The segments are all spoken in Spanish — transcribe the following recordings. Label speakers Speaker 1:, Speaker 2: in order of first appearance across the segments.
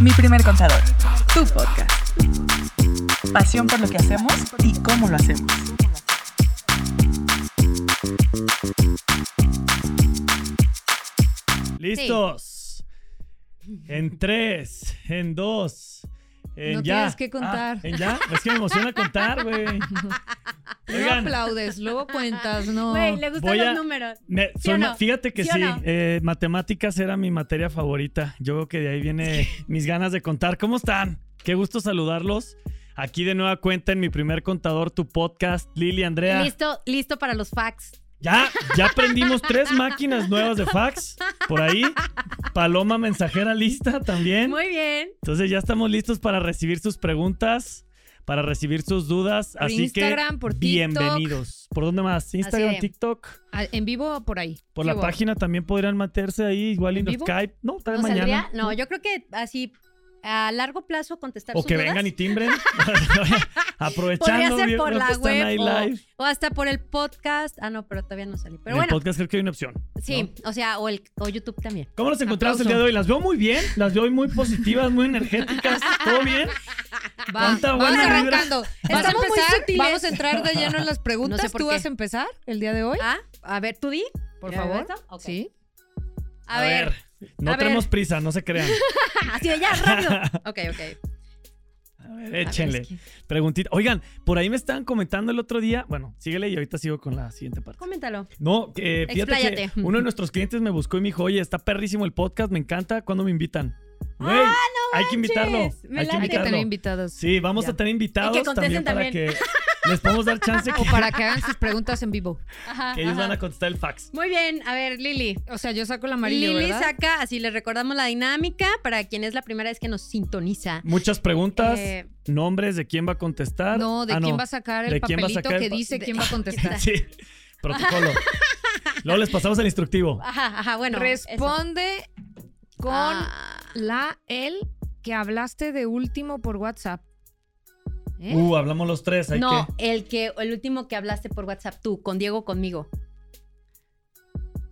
Speaker 1: Mi primer contador, tu podcast. Pasión por lo que hacemos y cómo lo hacemos.
Speaker 2: ¿Listos? En tres, en dos, en
Speaker 3: No
Speaker 2: ya.
Speaker 3: tienes que contar.
Speaker 2: Ah, ¿En ya? Es que me emociona contar, güey.
Speaker 3: No
Speaker 2: Oigan,
Speaker 3: aplaudes, luego cuentas, no.
Speaker 4: Güey, le gustan
Speaker 2: Voy
Speaker 4: los
Speaker 2: a-
Speaker 4: números.
Speaker 2: me-
Speaker 4: ¿Sí
Speaker 2: soy
Speaker 4: o
Speaker 2: ma-
Speaker 4: no?
Speaker 2: fíjate que
Speaker 4: ¿Sí
Speaker 2: sí,
Speaker 4: o no?
Speaker 2: eh, matemáticas era mi materia favorita. Yo creo que de ahí viene mis ganas de contar. ¿Cómo están? Qué gusto saludarlos. Aquí de nueva cuenta en mi primer contador, tu podcast, Lili Andrea.
Speaker 4: Listo, listo para los facts.
Speaker 2: Ya, ya aprendimos tres máquinas nuevas de fax por ahí. Paloma mensajera lista también.
Speaker 4: Muy bien.
Speaker 2: Entonces ya estamos listos para recibir sus preguntas, para recibir sus dudas.
Speaker 3: Por
Speaker 2: así
Speaker 3: Instagram,
Speaker 2: que
Speaker 3: por TikTok.
Speaker 2: bienvenidos. ¿Por dónde más? Instagram,
Speaker 3: de-
Speaker 2: TikTok.
Speaker 3: Ah, En vivo o por ahí.
Speaker 2: Por
Speaker 3: ¿Qué
Speaker 2: la
Speaker 3: hubo?
Speaker 2: página también podrían meterse ahí, igual
Speaker 3: ¿En
Speaker 2: en
Speaker 3: vivo?
Speaker 2: Skype. No, tal vez
Speaker 4: ¿No
Speaker 2: mañana.
Speaker 4: saldría? No, yo creo que así a largo plazo contestar
Speaker 2: O
Speaker 4: sus
Speaker 2: que
Speaker 4: dudas.
Speaker 2: vengan y timbren.
Speaker 4: Podría
Speaker 2: Aprovechando.
Speaker 4: ser
Speaker 2: viendo
Speaker 4: por
Speaker 2: que
Speaker 4: la
Speaker 2: están ahí
Speaker 4: web
Speaker 2: live.
Speaker 4: o, o hasta por el podcast. Ah, no, pero todavía no salí. Pero
Speaker 2: en el
Speaker 4: bueno,
Speaker 2: podcast creo que hay una opción.
Speaker 4: sí, o sea, o, el, o YouTube también.
Speaker 2: ¿Cómo las encontramos el
Speaker 3: Aplauso.
Speaker 2: día de hoy? Las veo muy bien, las veo muy positivas, muy energéticas. ¿Todo bien?
Speaker 3: Va,
Speaker 2: Cuánta
Speaker 3: vamos
Speaker 2: buena vibra.
Speaker 3: arrancando. ¿Vas a
Speaker 4: Estamos muy
Speaker 3: empezar?
Speaker 4: sutiles.
Speaker 3: Vamos a entrar de lleno en las preguntas.
Speaker 4: No sé por
Speaker 3: ¿Tú
Speaker 4: qué.
Speaker 3: vas a empezar el día de hoy?
Speaker 4: Ah, a ver, tú di.
Speaker 3: Por
Speaker 4: ¿Era
Speaker 3: favor.
Speaker 4: esto? Ok.
Speaker 3: Sí.
Speaker 4: A, ver.
Speaker 2: No
Speaker 4: a ver.
Speaker 2: tenemos prisa, no se crean.
Speaker 4: Así de ya, rápido.
Speaker 3: Ok, ok.
Speaker 2: A ver, échenle. Preguntita. Oigan, por ahí me estaban comentando el otro día. Bueno, síguele y ahorita sigo con la siguiente parte.
Speaker 4: Coméntalo.
Speaker 2: No, eh, fíjate que
Speaker 3: Expláyate.
Speaker 2: uno de nuestros clientes me buscó y me dijo, oye, está perrísimo el podcast, me encanta. ¿Cuándo me invitan? Güey, hay que invitarlo.
Speaker 4: me
Speaker 2: Hay que
Speaker 4: late.
Speaker 3: Hay que
Speaker 2: invitarlo.
Speaker 3: tener invitados.
Speaker 2: sí, vamos
Speaker 3: Ya.
Speaker 2: a tener invitados
Speaker 4: Y que
Speaker 2: también
Speaker 4: contesten
Speaker 2: para
Speaker 4: también.
Speaker 2: que les podamos dar chance que,
Speaker 3: O para que hagan sus preguntas en vivo.
Speaker 4: Ajá,
Speaker 2: que ellos
Speaker 4: ajá.
Speaker 2: van a contestar el fax.
Speaker 4: Muy bien, a ver, Lili.
Speaker 3: O sea, yo saco el amarillo,
Speaker 4: Lili
Speaker 3: ¿verdad?
Speaker 4: saca, así les recordamos la dinámica para quien es la primera vez que nos sintoniza.
Speaker 2: Muchas preguntas,
Speaker 4: Eh,
Speaker 2: nombres de quién va a contestar.
Speaker 3: No, ¿de
Speaker 2: Ah,
Speaker 3: quién va a sacar el
Speaker 2: ¿De quién va a
Speaker 3: papelito
Speaker 2: sacar el
Speaker 3: que
Speaker 2: pa-
Speaker 3: dice
Speaker 4: de-
Speaker 3: quién va a contestar?
Speaker 2: Sí, protocolo. Luego les pasamos el instructivo.
Speaker 4: Ajá, ajá, bueno. eso.
Speaker 3: Responde con
Speaker 4: Ah,
Speaker 3: la el que hablaste de último por WhatsApp. ¿Eh?
Speaker 2: Uh, hablamos los tres, hay
Speaker 4: no,
Speaker 2: que.
Speaker 4: el que el último que hablaste por WhatsApp tú, con Diego conmigo.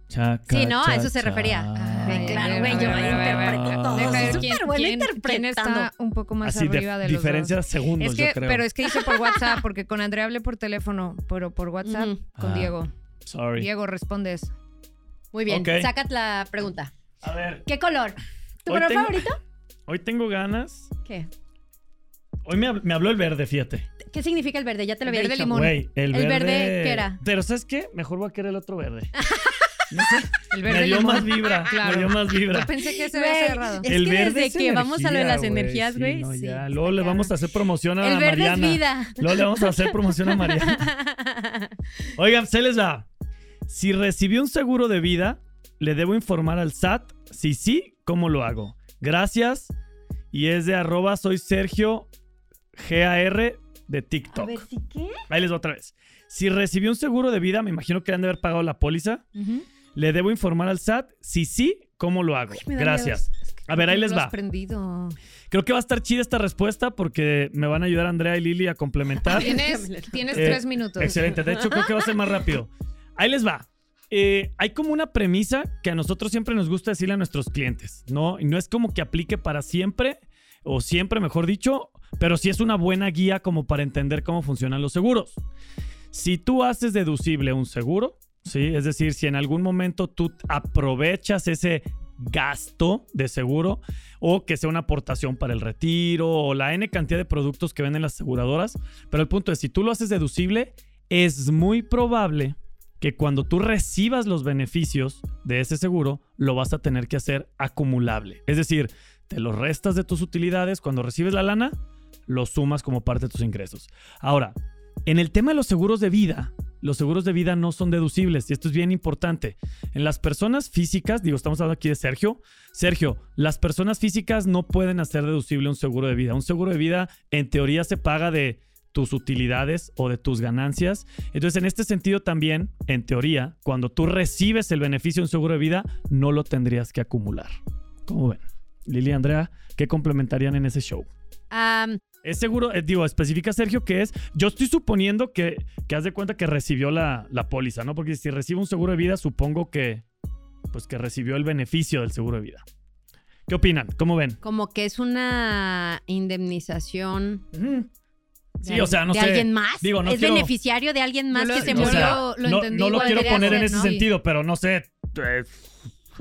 Speaker 2: Chaca,
Speaker 4: Sí, ¿no? A eso
Speaker 2: cha,
Speaker 4: se refería.
Speaker 2: cha.
Speaker 3: Ay,
Speaker 4: claro,
Speaker 3: ver,
Speaker 4: güey,
Speaker 3: a
Speaker 4: yo
Speaker 3: ver, a ver, a ver.
Speaker 4: interpreto todo.
Speaker 3: Deja
Speaker 4: Soy
Speaker 3: ver
Speaker 4: Ah, súper buena
Speaker 3: quién está
Speaker 4: interpretando.
Speaker 3: un poco más
Speaker 2: Así, de-
Speaker 3: arriba de, los
Speaker 2: diferencia
Speaker 3: dos.
Speaker 2: segundos,
Speaker 3: Es que,
Speaker 2: yo creo.
Speaker 3: pero es que hice por WhatsApp, porque con Andrea hablé por teléfono, pero por WhatsApp
Speaker 4: Ujú.
Speaker 3: con
Speaker 2: Ah,
Speaker 3: Diego.
Speaker 2: Sorry.
Speaker 3: Diego, respondes.
Speaker 4: Muy bien,
Speaker 2: Ok.
Speaker 4: saca la pregunta.
Speaker 2: A ver,
Speaker 4: ¿Qué color? ¿Tu
Speaker 2: Hoy
Speaker 4: color
Speaker 2: tengo-
Speaker 4: favorito?
Speaker 2: hoy tengo ganas.
Speaker 4: ¿Qué?
Speaker 2: Hoy me, hab- me habló el verde, fíjate.
Speaker 4: ¿Qué significa el verde? Ya te lo
Speaker 3: El
Speaker 4: había
Speaker 3: verde
Speaker 4: dicho.
Speaker 3: limón.
Speaker 2: Güey, el,
Speaker 4: ¿El
Speaker 2: verde.
Speaker 4: verde qué era?
Speaker 2: Pero ¿sabes qué? Mejor voy a querer el otro verde. No sé,
Speaker 3: El verde
Speaker 2: me dio
Speaker 3: limón.
Speaker 2: más vibra.
Speaker 3: Claro.
Speaker 2: Me dio más
Speaker 3: Yo
Speaker 2: vibra.
Speaker 3: pensé que se
Speaker 4: Güey,
Speaker 3: había cerrado.
Speaker 4: Ah, es
Speaker 2: el
Speaker 4: que
Speaker 2: verde
Speaker 4: desde
Speaker 2: es
Speaker 4: que vamos a lo de las
Speaker 2: energía,
Speaker 4: energías,
Speaker 2: sí,
Speaker 4: güey,
Speaker 2: no,
Speaker 4: sí,
Speaker 2: ya.
Speaker 4: está
Speaker 2: Luego le
Speaker 4: cabrón.
Speaker 2: vamos a hacer promoción a
Speaker 4: El verde
Speaker 2: Mariana.
Speaker 4: es vida.
Speaker 2: Luego le vamos a hacer promoción a Mariana. Oigan, se les va. Si recibí un seguro de vida, ¿le debo informar al SAT? Si sí, ¿cómo lo hago? Gracias. Y es de arroba soy Sergio GAR de
Speaker 4: A
Speaker 2: TikTok.
Speaker 4: ver, ¿sí qué?
Speaker 2: Ahí les va otra vez. Si recibí un seguro de vida, me imagino que han de haber pagado la póliza.
Speaker 3: Ujú.
Speaker 2: ¿Le debo informar al SAT? Si sí, ¿cómo lo hago?
Speaker 4: me da
Speaker 2: Gracias. A ver, ahí les
Speaker 3: Lo has
Speaker 2: va.
Speaker 3: prendido.
Speaker 2: Creo que va a estar chida esta respuesta porque me van a ayudar Andrea y Lili a complementar.
Speaker 3: Tienes, tienes
Speaker 2: Eh,
Speaker 3: tres minutos.
Speaker 2: Excelente, de hecho creo que va a ser más rápido. Ahí les va. Eh, hay como una premisa que a nosotros siempre nos gusta decirle a nuestros clientes, ¿no? Y no es como que aplique para siempre, o siempre mejor dicho, pero sí es una buena guía como para entender cómo funcionan los seguros. Si tú haces deducible un seguro, ¿sí? Es decir, si en algún momento tú aprovechas ese gasto de seguro o que sea una aportación para el retiro o la N cantidad de productos que venden las aseguradoras, pero el punto es, si tú lo haces deducible, es muy probable que cuando tú recibas los beneficios de ese seguro, lo vas a tener que hacer acumulable. Es decir, te lo restas de tus utilidades, cuando recibes la lana, lo sumas como parte de tus ingresos. Ahora, en el tema de los seguros de vida, los seguros de vida no son deducibles y esto es bien importante. En las personas físicas, digo, estamos hablando aquí de Sergio. Sergio, las personas físicas no pueden hacer deducible un seguro de vida. Un seguro de vida en teoría se paga de tus utilidades o de tus ganancias. Entonces, en este sentido también, en teoría, cuando tú recibes el beneficio de un seguro de vida, no lo tendrías que acumular. ¿Cómo ven? Lili y Andrea, ¿qué complementarían en ese show?
Speaker 4: Am,
Speaker 2: Es seguro, eh, digo, especifica Sergio que es. Yo estoy suponiendo que, que haz de cuenta que recibió la, la póliza, ¿no? Porque si recibe un seguro de vida, supongo que. Pues que recibió el beneficio del seguro de vida. ¿Qué opinan? ¿Cómo ven?
Speaker 4: Como que es una indemnización. de
Speaker 2: Sí,
Speaker 4: al-
Speaker 2: o sea, no
Speaker 4: de
Speaker 2: sé.
Speaker 4: alguien más.
Speaker 2: Digo, no
Speaker 4: es
Speaker 2: quiero-
Speaker 4: beneficiario de alguien más que
Speaker 3: Yo lo-
Speaker 4: se
Speaker 3: yo
Speaker 2: O
Speaker 4: murió.
Speaker 2: sea,
Speaker 3: lo
Speaker 2: no,
Speaker 3: entendí
Speaker 2: no lo
Speaker 3: igual,
Speaker 2: quiero
Speaker 3: podría
Speaker 2: poner en
Speaker 3: ser,
Speaker 2: ese
Speaker 3: ¿no?
Speaker 2: sentido, pero no sé. eh,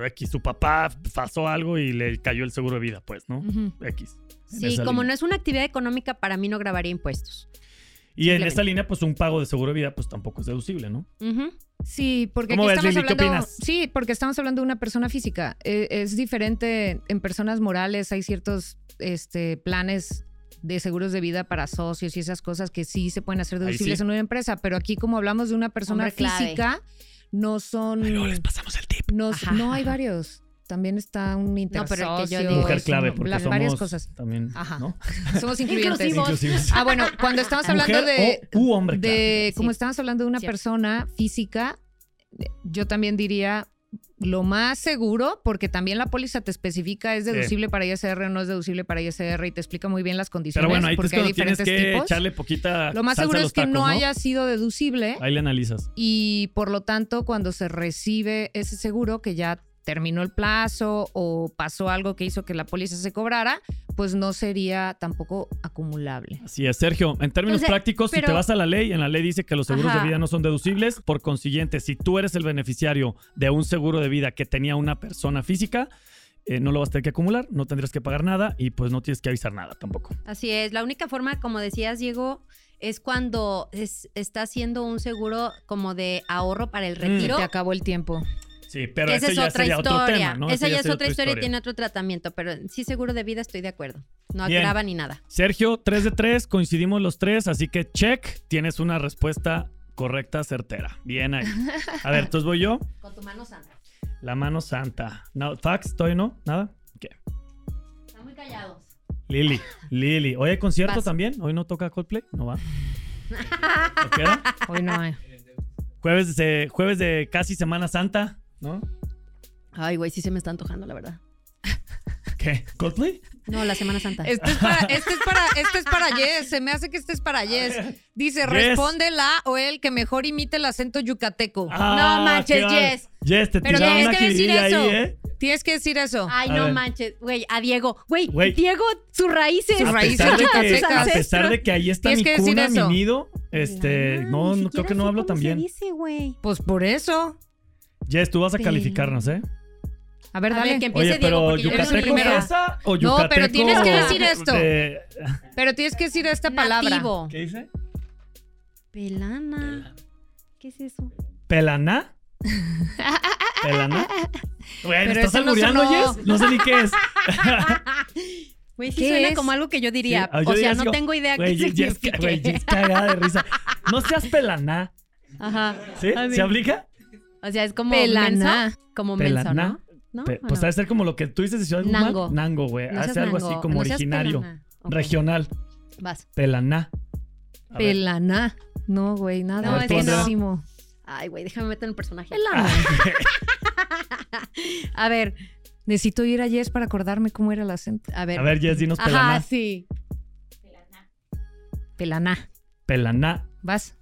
Speaker 2: X, su papá pasó algo y le cayó el seguro de vida, pues, ¿no?
Speaker 4: Ujú.
Speaker 3: Mm.
Speaker 2: X. en
Speaker 4: Sí,
Speaker 2: esa
Speaker 4: como
Speaker 2: línea.
Speaker 4: no es una actividad económica, para mí no grabaría impuestos.
Speaker 2: Y en
Speaker 4: simplemente.
Speaker 2: esa línea, pues un pago de seguro de vida, pues tampoco es deducible, ¿no?
Speaker 4: Ujú.
Speaker 3: Sí, porque
Speaker 2: ¿Cómo ves,
Speaker 3: aquí estamos
Speaker 2: Lili? ¿Qué
Speaker 3: hablando.
Speaker 2: opinas?
Speaker 3: Sí, porque estamos hablando de una persona física. Eh, es diferente en personas morales. Hay ciertos este, planes de seguros de vida para socios y esas cosas que sí se pueden hacer
Speaker 2: Ahí
Speaker 3: deducibles
Speaker 2: sí.
Speaker 3: en una empresa. Pero aquí, como hablamos de una persona
Speaker 4: Hombre clave.
Speaker 3: física, no son.
Speaker 2: Pero les pasamos el tip.
Speaker 3: no-
Speaker 4: Ajá.
Speaker 3: no hay varios. También está un
Speaker 4: pero el que yo
Speaker 3: intersocio,
Speaker 4: digo
Speaker 2: Mujer
Speaker 4: es
Speaker 2: clave, porque
Speaker 3: las-
Speaker 2: somos
Speaker 3: varias cosas.
Speaker 2: también,
Speaker 3: Ajá.
Speaker 2: ¿no?
Speaker 3: Somos incluyentes.
Speaker 4: Inclusivos.
Speaker 2: Inclusivos.
Speaker 3: Ah, bueno, cuando estamos hablando
Speaker 2: Mujer
Speaker 3: de,
Speaker 2: o u hombre
Speaker 3: de
Speaker 4: claro.
Speaker 3: como
Speaker 4: Sí.
Speaker 3: estamos hablando de una
Speaker 4: Cierto.
Speaker 3: persona física, yo también diría lo más seguro, porque también la póliza te especifica es deducible para ISR o no es deducible para ISR y te explica muy bien las condiciones.
Speaker 2: Pero bueno, ahí es
Speaker 3: porque hay
Speaker 2: cuando tienes
Speaker 3: diferentes
Speaker 2: que
Speaker 3: tipos.
Speaker 2: echarle poquita.
Speaker 3: Lo más
Speaker 2: salsa a
Speaker 3: seguro
Speaker 2: los
Speaker 3: es que
Speaker 2: tacos,
Speaker 3: no haya sido deducible
Speaker 2: Ahí le analizas.
Speaker 3: y por lo tanto cuando se recibe ese seguro que ya terminó el plazo o pasó algo que hizo que la póliza se cobrara, pues no sería tampoco acumulable.
Speaker 2: Así es, Sergio. En términos
Speaker 4: Entonces,
Speaker 2: prácticos, si
Speaker 4: pero-
Speaker 2: te vas a la ley, en la ley dice que los seguros
Speaker 4: Ajá.
Speaker 2: de vida no son deducibles. Por consiguiente, si tú eres el beneficiario de un seguro de vida que tenía una persona física, eh, no lo vas a tener que acumular, no tendrías que pagar nada y pues no tienes que avisar nada tampoco.
Speaker 4: Así es. La única forma, como decías, Diego, es cuando es- está haciendo un seguro como de ahorro para el retiro.
Speaker 3: Se acabó el tiempo.
Speaker 2: Sí, pero
Speaker 4: que
Speaker 2: Mm,
Speaker 4: esa
Speaker 2: ese
Speaker 4: es
Speaker 2: ya
Speaker 4: otra
Speaker 2: sería
Speaker 4: historia.
Speaker 2: otro tema, ¿no?
Speaker 4: Esa
Speaker 2: Ese
Speaker 4: ya es
Speaker 2: sería
Speaker 4: otra historia y tiene otro tratamiento, pero sí seguro de vida estoy de acuerdo. No
Speaker 2: Bien.
Speaker 4: agrava ni nada.
Speaker 2: Sergio, 3 de 3, coincidimos los tres, así que check, tienes una respuesta correcta, certera. Bien ahí. A ver, entonces voy yo.
Speaker 4: Con tu mano santa.
Speaker 2: La mano santa. No, fax, ¿todavía no? ¿Nada? ¿Qué?
Speaker 4: Están muy callados.
Speaker 2: Lili, Lili. ¿Hoy hay concierto
Speaker 4: Vas.
Speaker 2: también? ¿Hoy no toca Coldplay? No va. ¿Nos queda?
Speaker 3: Hoy no hay.
Speaker 2: Jueves de, jueves de casi Semana Santa, ¿no?
Speaker 4: Ay, güey, sí se me está antojando, la verdad.
Speaker 2: ¿Qué? ¿Coldplay?
Speaker 4: No, la Semana Santa.
Speaker 3: Este es para, este es para, este es para Yes. Se me hace que este es para Yes. Dice,
Speaker 2: Yes.
Speaker 3: responde la o el que mejor imite el acento yucateco.
Speaker 2: Ah,
Speaker 4: No manches,
Speaker 2: qué bárbaro.
Speaker 4: Jess.
Speaker 2: Jess, te
Speaker 3: Pero
Speaker 2: tiraron
Speaker 3: tienes
Speaker 2: una
Speaker 3: que decir
Speaker 2: jiribilla
Speaker 3: eso.
Speaker 2: ahí, ¿eh?
Speaker 3: Tienes que decir eso.
Speaker 4: Ay,
Speaker 2: A
Speaker 4: no
Speaker 2: ver.
Speaker 4: manches. Güey, a Diego. Güey,
Speaker 2: Güey. Ah,
Speaker 4: Diego, sus raíces.
Speaker 3: Sus
Speaker 2: A
Speaker 3: raíces
Speaker 2: pesar de que-
Speaker 3: yucatecas.
Speaker 2: A pesar de que ahí está
Speaker 3: Tienes
Speaker 2: mi
Speaker 3: que decir
Speaker 2: cuna, mi
Speaker 3: eso.
Speaker 2: nido, este,
Speaker 4: Mamá,
Speaker 2: no,
Speaker 4: ni
Speaker 2: no, creo
Speaker 4: siquiera
Speaker 2: que no
Speaker 4: sé
Speaker 2: hablo tan
Speaker 4: cómo
Speaker 2: bien.
Speaker 4: Se dice, güey.
Speaker 3: Pues por eso.
Speaker 2: Jess, tú vas a
Speaker 4: Pero-
Speaker 2: calificarnos, ¿eh?
Speaker 3: A ver,
Speaker 4: A
Speaker 3: dale.
Speaker 4: ver, que empiece
Speaker 2: Oye,
Speaker 4: Diego.
Speaker 2: pero
Speaker 4: porque yo no soy
Speaker 2: ¿yucateco
Speaker 4: primera.
Speaker 2: fresa o
Speaker 3: No,
Speaker 2: yucateco
Speaker 3: pero tienes
Speaker 4: que decir
Speaker 3: esto.
Speaker 2: de-
Speaker 3: Pero tienes que decir esta palabra.
Speaker 4: Nativo.
Speaker 2: ¿Qué dice?
Speaker 4: Pelana. ¿Qué es eso?
Speaker 2: ¿Pelaná? ¿Pelaná? Bueno,
Speaker 3: Pero
Speaker 2: ¿estás
Speaker 3: ese no
Speaker 2: albureando,
Speaker 3: sonó.
Speaker 2: Jess? No sé ni qué es.
Speaker 4: Güey, sí
Speaker 3: ¿Qué
Speaker 4: suena
Speaker 3: es?
Speaker 4: como algo que yo diría.
Speaker 2: Sí, ah, yo
Speaker 4: o sea,
Speaker 2: diría
Speaker 4: no
Speaker 2: así como,
Speaker 4: tengo idea
Speaker 2: Güey,
Speaker 4: qué
Speaker 2: Jess,
Speaker 4: significa.
Speaker 2: güey, Jess cagada de risa. No seas pelaná,
Speaker 4: Ajá.
Speaker 2: ¿sí?
Speaker 4: A ver.
Speaker 2: ¿Se aplica?
Speaker 4: O sea, es como
Speaker 3: Pelana.
Speaker 4: menso. Como menso,
Speaker 2: Pelaná.
Speaker 4: ¿no? ¿No?
Speaker 2: Pe-
Speaker 4: ¿O
Speaker 2: pues
Speaker 4: no?
Speaker 2: debe ser como lo que tú dices de Ciudad Guzmán.
Speaker 4: Nango.
Speaker 2: Nango, güey.
Speaker 4: No seas
Speaker 2: Hace algo así
Speaker 4: nango,
Speaker 2: como
Speaker 4: no seas
Speaker 2: originario.
Speaker 4: pelana. Ok,
Speaker 2: Regional.
Speaker 4: Vas.
Speaker 2: Pelaná. A ver.
Speaker 3: Pelaná. No, güey, nada.
Speaker 4: No,
Speaker 2: es que no.
Speaker 3: Buenísimo.
Speaker 4: Ay, güey, déjame meter un personaje.
Speaker 2: Ah,
Speaker 4: A ver,
Speaker 3: Necesito ir a Yes para acordarme cómo era el acento.
Speaker 4: a ver.
Speaker 2: A ver, Jess, dinos pelaná.
Speaker 4: Ajá, sí.
Speaker 3: Pelaná.
Speaker 2: Pelaná.
Speaker 3: Vas.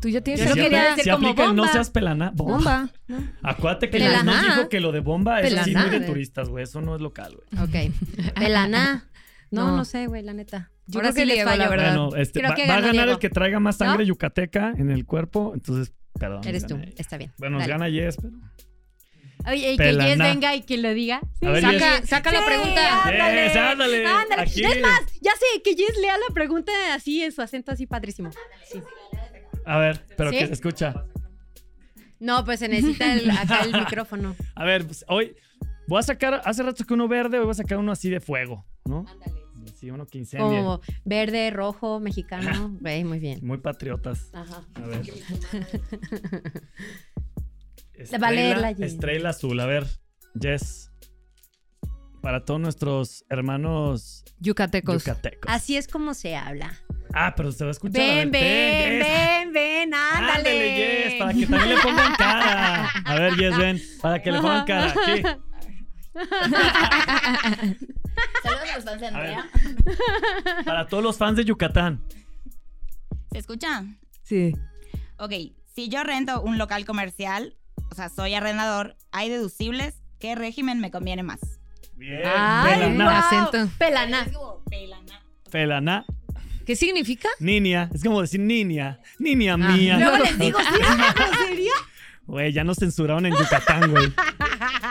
Speaker 3: Tú ya tienes
Speaker 4: Yo lo
Speaker 2: Si
Speaker 3: que
Speaker 4: quería
Speaker 2: apl-
Speaker 4: decir
Speaker 2: si
Speaker 4: como
Speaker 2: aplica el no
Speaker 4: bomba.
Speaker 2: seas pelaná.
Speaker 4: Ah,
Speaker 2: Bomba.
Speaker 3: Bomba.
Speaker 2: Acuérdate que
Speaker 4: Pelaná.
Speaker 2: nos dijo que lo de bomba es así
Speaker 3: Pelaná,
Speaker 2: muy de
Speaker 3: güey.
Speaker 2: turistas, güey. Eso no es local, güey.
Speaker 4: Ok. Pelana. No,
Speaker 3: No.
Speaker 4: no, sé, güey, la neta.
Speaker 3: Yo
Speaker 4: Ahora
Speaker 3: creo que
Speaker 4: sí les
Speaker 3: Diego, la
Speaker 4: fallo,
Speaker 3: verdad.
Speaker 2: Bueno, este,
Speaker 4: Creo
Speaker 2: va,
Speaker 4: que
Speaker 2: va a
Speaker 4: ganó
Speaker 2: ganar
Speaker 4: Diego.
Speaker 2: el que traiga más sangre yucateca en el cuerpo. Entonces, perdón.
Speaker 4: Eres tú,
Speaker 2: gané.
Speaker 4: está bien.
Speaker 2: Bueno, nos
Speaker 4: Dale.
Speaker 2: gana Jess, pero.
Speaker 4: Oye, y que
Speaker 2: Pelana.
Speaker 4: Jess venga y que lo diga.
Speaker 2: A ver, Jess.
Speaker 3: Saca, saca la pregunta.
Speaker 4: ándale,
Speaker 2: Jess, ándale.
Speaker 4: ándale.
Speaker 2: Aquí.
Speaker 4: Es más, ya sé, que Jess lea la pregunta así, en su acento así padrísimo. Sí.
Speaker 2: A ver, pero
Speaker 4: ¿Sí?
Speaker 2: que se escucha.
Speaker 4: No, pues se necesita el- acá el micrófono.
Speaker 2: A ver, pues, hoy voy a sacar, hace rato que uno verde, hoy voy a sacar uno así de fuego, ¿no? Sí, uno que incendia.
Speaker 4: Como verde, rojo, mexicano. Güey, muy bien.
Speaker 2: Muy patriotas.
Speaker 4: Ajá.
Speaker 2: A ver.
Speaker 4: Va a
Speaker 2: Estrella,
Speaker 4: leerla allí.
Speaker 2: estrella azul, a ver. Jess. Para todos nuestros hermanos
Speaker 3: Yucatecos.
Speaker 2: yucatecos.
Speaker 4: Así es como se habla.
Speaker 2: Ah, pero se va a escuchar. a
Speaker 4: Ven,
Speaker 2: ver,
Speaker 4: ven,
Speaker 2: Jess.
Speaker 4: ven, ven, ándale.
Speaker 2: Ándale, Jess, para que también le pongan cara. A ver, Jess, ven, para que le pongan cara. Aquí.
Speaker 5: Saludos a los fans de
Speaker 2: A ver.
Speaker 5: Andrea.
Speaker 2: Para todos los fans de Yucatán.
Speaker 5: ¿Se escucha?
Speaker 2: Eh,
Speaker 3: Sí.
Speaker 5: Ok, si yo rento un local comercial, o sea, soy arrendador, ¿hay deducibles? ¿Qué régimen me conviene más?
Speaker 2: Bien.
Speaker 4: Ay,
Speaker 2: Pelaná.
Speaker 4: guau.
Speaker 3: Acento.
Speaker 4: Pelana.
Speaker 5: Es como pelana.
Speaker 2: Pelaná.
Speaker 3: ¿Qué significa?
Speaker 2: Niña. Es como decir niña. Niña
Speaker 4: Ah.
Speaker 2: mía.
Speaker 4: Luego les digo, sí, es una grosería.
Speaker 2: Güey, ya nos censuraron en Yucatán, güey.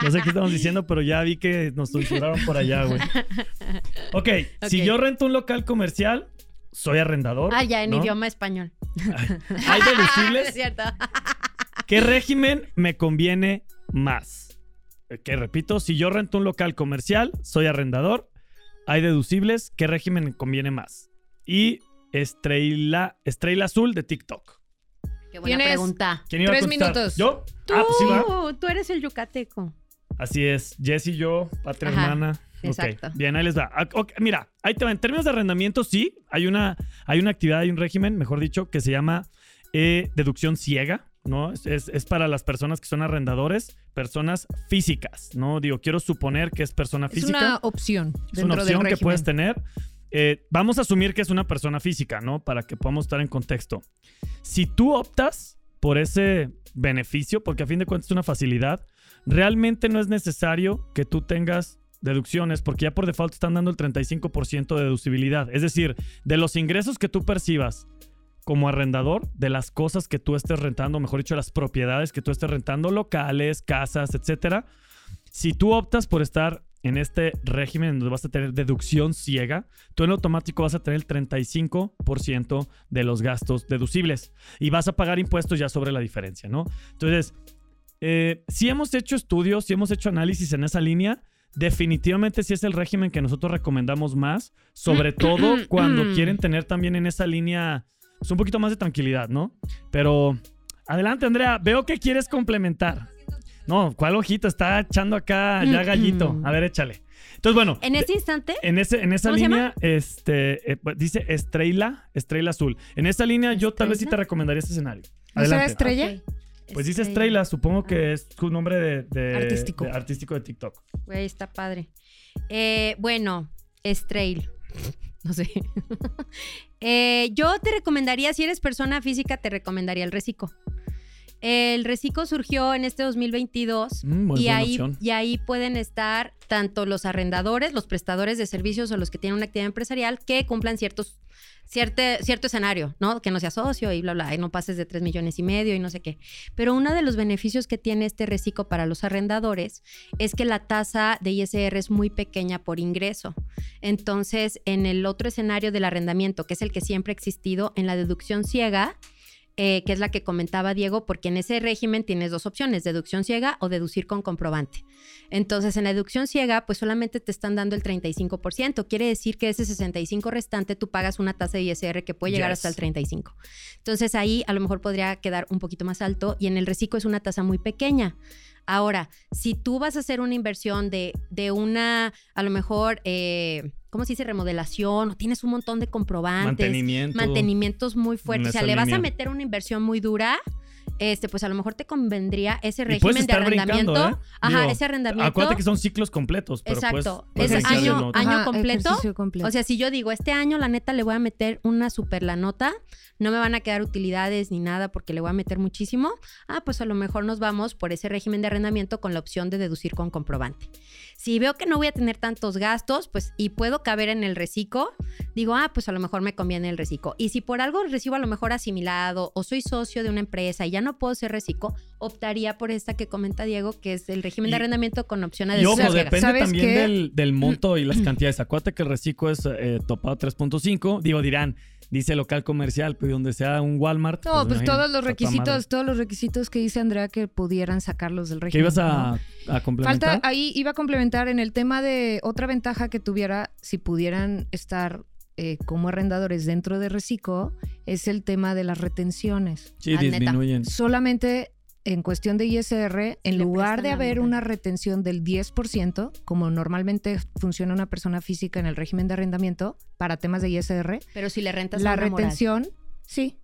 Speaker 2: No sé qué estamos diciendo, pero ya vi que nos censuraron por allá, güey. ok, si
Speaker 3: Ok.
Speaker 2: yo rento un local comercial, soy arrendador.
Speaker 4: Ah, ya, en
Speaker 2: ¿no?
Speaker 4: idioma español.
Speaker 2: Hay
Speaker 4: Ah, Es
Speaker 2: deducibles.
Speaker 4: cierto.
Speaker 2: ¿Qué régimen me conviene más? Eh, Que repito, si yo rento un local comercial, soy arrendador. Hay deducibles. ¿Qué régimen me conviene más? Y Estrella, Estrella Azul de TikTok.
Speaker 4: Qué buena
Speaker 3: Tienes-
Speaker 4: pregunta.
Speaker 2: ¿Quién iba a
Speaker 3: Tres
Speaker 2: contestar?
Speaker 3: minutos.
Speaker 2: ¿Yo?
Speaker 4: Tú,
Speaker 2: Ah, pues sí, va.
Speaker 4: Uh, tú eres el yucateco.
Speaker 2: Así es, Jess y yo, patria
Speaker 4: Ajá,
Speaker 2: hermana. Ok,
Speaker 4: exacto.
Speaker 2: Bien, ahí les va. Ah, ok, mira, ahí te va. En términos de arrendamiento, sí, hay una, hay una actividad, hay un régimen, mejor dicho, que se llama eh, deducción ciega, ¿no? Es, es- es para las personas que son arrendadores, personas físicas, ¿no? Digo, quiero suponer que es persona
Speaker 3: Es
Speaker 2: física.
Speaker 3: una opción
Speaker 2: Es una
Speaker 3: dentro del
Speaker 2: opción que
Speaker 3: régimen.
Speaker 2: puedes tener. Eh, vamos a asumir que es una persona física, ¿no? Para que podamos estar en contexto. Si tú optas por ese beneficio, porque a fin de cuentas es una facilidad, realmente no es necesario que tú tengas deducciones, porque ya por default están dando el 35% de deducibilidad. Es decir, de los ingresos que tú percibas como arrendador, de las cosas que tú estés rentando, mejor dicho, las propiedades que tú estés rentando, locales, casas, etcétera, si tú optas por estar en este régimen donde vas a tener deducción ciega, tú en automático vas a tener el 35% de los gastos deducibles y vas a pagar impuestos ya sobre la diferencia, ¿no? Entonces, eh, si hemos hecho estudios, si hemos hecho análisis en esa línea, definitivamente sí es el régimen que nosotros recomendamos más, sobre todo cuando quieren tener también en esa línea pues, un poquito más de tranquilidad, ¿no? Pero adelante, Andrea, veo que quieres complementar. No, ¿cuál ojito? Está echando acá ya gallito. A ver, échale. Entonces, bueno,
Speaker 4: En este instante,
Speaker 2: en, ese, en esa
Speaker 4: ¿Cómo se
Speaker 2: línea, este, eh, pues, dice Estrella, Estrella Azul. En esa línea, yo tal vez sí te
Speaker 4: ¿Estrella?
Speaker 2: recomendaría este escenario.
Speaker 3: ¿No será
Speaker 2: Adelante.
Speaker 3: Estrella?
Speaker 4: Ok.
Speaker 2: Pues dice Estrella, supongo
Speaker 4: Ah.
Speaker 2: que es su nombre de, de-
Speaker 3: Artístico.
Speaker 2: de artístico de TikTok.
Speaker 4: Güey, está padre. Eh, bueno, Estrail. No sé. Eh, yo te recomendaría, si eres persona física, te recomendaría el Recico. El Recico surgió en este 2022
Speaker 2: Mm, muy
Speaker 4: y
Speaker 2: buena
Speaker 4: ahí,
Speaker 2: opción.
Speaker 4: y ahí pueden estar tanto los arrendadores, los prestadores de servicios o los que tienen una actividad empresarial que cumplan ciertos, cierte- cierto escenario, ¿no? Que no seas socio y bla, bla, y no pases de 3 millones y medio y no sé qué. Pero uno de los beneficios que tiene este reciclo para los arrendadores es que la tasa de ISR es muy pequeña por ingreso. Entonces, en el otro escenario del arrendamiento, que es el que siempre ha existido, en la deducción ciega, eh, que es la que comentaba Diego, porque en ese régimen tienes dos opciones, deducción ciega o deducir con comprobante. Entonces, en la deducción ciega, pues solamente te están dando el 35%, quiere decir que ese 65 restante tú pagas una tasa de ISR que puede llegar
Speaker 2: Yes.
Speaker 4: hasta el 35. Entonces, ahí a lo mejor podría quedar un poquito más alto y en el reciclo es una tasa muy pequeña. Ahora, si tú vas a hacer una inversión de, de una, a lo mejor, eh, ¿cómo se dice? Remodelación, o tienes un montón de comprobantes,
Speaker 2: Mantenimiento.
Speaker 4: mantenimientos muy fuertes.
Speaker 2: En
Speaker 4: O sea,
Speaker 2: esa
Speaker 4: le vas
Speaker 2: línea.
Speaker 4: a meter una inversión muy dura, este, pues a lo mejor te convendría ese
Speaker 2: Y puedes
Speaker 4: régimen de
Speaker 2: estar
Speaker 4: arrendamiento.
Speaker 2: brincando, ¿eh?
Speaker 4: Ajá,
Speaker 2: Digo,
Speaker 4: ese arrendamiento.
Speaker 2: Acuérdate que son ciclos completos, pero pues
Speaker 4: Exacto.
Speaker 2: puedes- puedes
Speaker 4: Es
Speaker 2: brincar de
Speaker 4: año-
Speaker 2: uno a otro.
Speaker 4: año
Speaker 3: Ajá,
Speaker 4: completo.
Speaker 3: ejercicio completo.
Speaker 4: O sea, si yo digo, este año la neta le voy a meter una super la nota, no me van a quedar utilidades ni nada porque le voy a meter muchísimo, ah, pues a lo mejor nos vamos por ese régimen de arrendamiento con la opción de deducir con comprobante. Si veo que no voy a tener tantos gastos, pues y puedo caber en el reciclo, digo, ah, pues a lo mejor me conviene el reciclo. Y si por algo recibo a lo mejor asimilado o soy socio de una empresa y ya no puedo ser reciclo, optaría por esta que comenta Diego, que es el régimen
Speaker 2: Y-
Speaker 4: de arrendamiento con opción a
Speaker 2: Y
Speaker 4: deducir.
Speaker 2: ojo,
Speaker 4: ciega.
Speaker 2: depende
Speaker 3: ¿Sabes
Speaker 2: también
Speaker 3: qué? Mm.
Speaker 2: del, del monto y las cantidades. Acuérdate que el reciclo es eh, topado 3.5. Digo, dirán, dice local comercial, pero donde sea un Walmart.
Speaker 3: No,
Speaker 2: me
Speaker 3: pues
Speaker 2: imagino,
Speaker 3: todos los
Speaker 2: está toda madre.
Speaker 3: requisitos, todos los requisitos que dice Andrea que pudieran sacarlos del régimen.
Speaker 2: ¿Qué ibas
Speaker 3: ¿no?
Speaker 2: a, a complementar?
Speaker 3: Falta, ahí iba a complementar en el tema de otra ventaja que tuviera si pudieran estar eh, como arrendadores dentro de Recico, es el tema de las retenciones.
Speaker 2: sí,
Speaker 4: Ah, neta.
Speaker 2: disminuyen.
Speaker 3: Solamente en cuestión de ISR, en
Speaker 4: le
Speaker 3: lugar
Speaker 4: prestan
Speaker 3: de
Speaker 4: la
Speaker 3: haber
Speaker 4: mitad.
Speaker 3: una retención del 10%, como normalmente funciona una persona física en el régimen de arrendamiento para temas de ISR,
Speaker 4: Pero si le rentas a
Speaker 3: la
Speaker 4: una moral.
Speaker 3: retención, sí,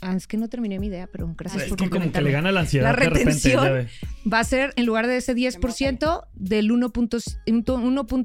Speaker 3: Ah, es que no terminé mi idea, pero gracias
Speaker 2: Ah, Es
Speaker 3: por
Speaker 2: que como que
Speaker 3: complementarme.
Speaker 2: le gana la ansiedad
Speaker 3: La
Speaker 2: de repente.
Speaker 3: retención.
Speaker 2: ya ve.
Speaker 3: Va a ser, en lugar de ese 10%, del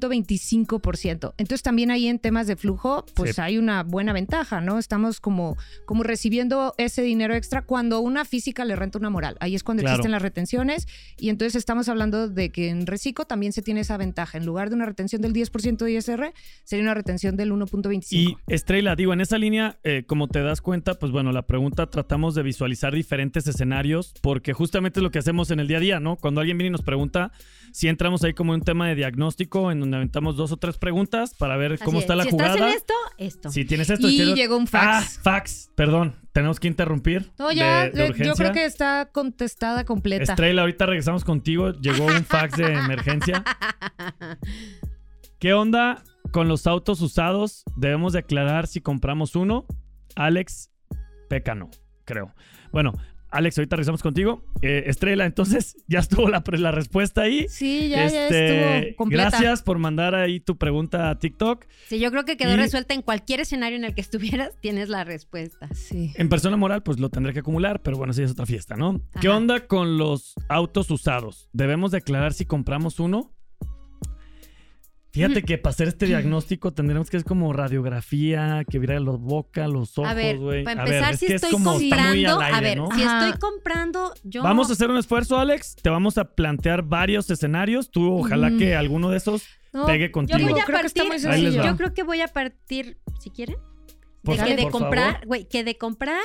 Speaker 3: 1.25%. Entonces, también ahí en temas de flujo, pues
Speaker 2: Sí.
Speaker 3: hay una buena ventaja, ¿no? Estamos como, como recibiendo ese dinero extra cuando una física le renta una moral. Ahí es cuando
Speaker 2: Claro.
Speaker 3: existen las retenciones. Y entonces estamos hablando de que en Recico también se tiene esa ventaja. En lugar de una retención del 10% de ISR, sería una retención del 1.25%.
Speaker 2: Y Estrella, digo, en esa línea, eh, como te das cuenta, pues bueno, la pregunta tratamos de visualizar diferentes escenarios, porque justamente es lo que hacemos en el día a día, ¿no? Cuando alguien viene y nos pregunta, si entramos ahí como en un tema de diagnóstico, en donde aventamos dos o tres preguntas para ver
Speaker 4: Así
Speaker 2: cómo
Speaker 4: es.
Speaker 2: está la
Speaker 4: si
Speaker 2: jugada.
Speaker 4: estás en esto, esto.
Speaker 2: Si tienes esto,
Speaker 3: Y
Speaker 2: quiero-
Speaker 3: llegó un fax.
Speaker 2: Ah, fax. Perdón, tenemos que interrumpir.
Speaker 3: No, ya,
Speaker 2: de- de
Speaker 3: eh, yo
Speaker 2: urgencia.
Speaker 3: creo que está contestada completa.
Speaker 2: Estrella, ahorita regresamos contigo. Llegó un fax de emergencia. ¿Qué onda con los autos usados? Debemos de aclarar si compramos uno. Alex Pécano, creo. Bueno, Alex, ahorita regresamos contigo. Eh, Estrella, entonces ya estuvo la, pre- la respuesta ahí.
Speaker 3: Sí, ya, ya
Speaker 2: Este,
Speaker 3: estuvo completa.
Speaker 2: Gracias por mandar ahí tu pregunta a TikTok.
Speaker 4: Sí, yo creo que quedó
Speaker 2: Y-
Speaker 4: resuelta en cualquier escenario en el que estuvieras, tienes la respuesta.
Speaker 3: Sí.
Speaker 2: En persona moral, pues lo tendré que acumular, pero bueno, sí es otra fiesta, ¿no? ¿Qué
Speaker 4: Ajá.
Speaker 2: onda con los autos usados? ¿Debemos declarar si compramos uno?
Speaker 4: Mm.
Speaker 2: Fíjate que para hacer este diagnóstico tendremos que es como radiografía, que viera los boca, los ojos,
Speaker 4: a ver,
Speaker 2: güey.
Speaker 4: para
Speaker 2: A ver,
Speaker 4: empezar,
Speaker 2: es
Speaker 4: si
Speaker 2: que es
Speaker 4: estoy
Speaker 2: como- está muy
Speaker 4: comprando,
Speaker 2: al aire,
Speaker 4: a ver,
Speaker 2: ¿no?
Speaker 4: si
Speaker 3: Ajá.
Speaker 4: estoy comprando, yo
Speaker 2: Vamos a hacer un esfuerzo, Alex. Te vamos a plantear varios escenarios. Tú, ojalá
Speaker 3: Mm.
Speaker 2: que alguno de esos
Speaker 3: No,
Speaker 2: pegue
Speaker 4: yo
Speaker 2: contigo.
Speaker 4: voy
Speaker 3: Digo,
Speaker 4: a
Speaker 3: creo que está
Speaker 4: partir,
Speaker 3: muy
Speaker 2: Ahí les
Speaker 3: sencillo.
Speaker 2: va.
Speaker 4: yo creo que voy a partir, si quieren,
Speaker 2: Por
Speaker 4: de
Speaker 2: favor,
Speaker 4: que de
Speaker 2: por favor.
Speaker 4: comprar, güey, que de comprar,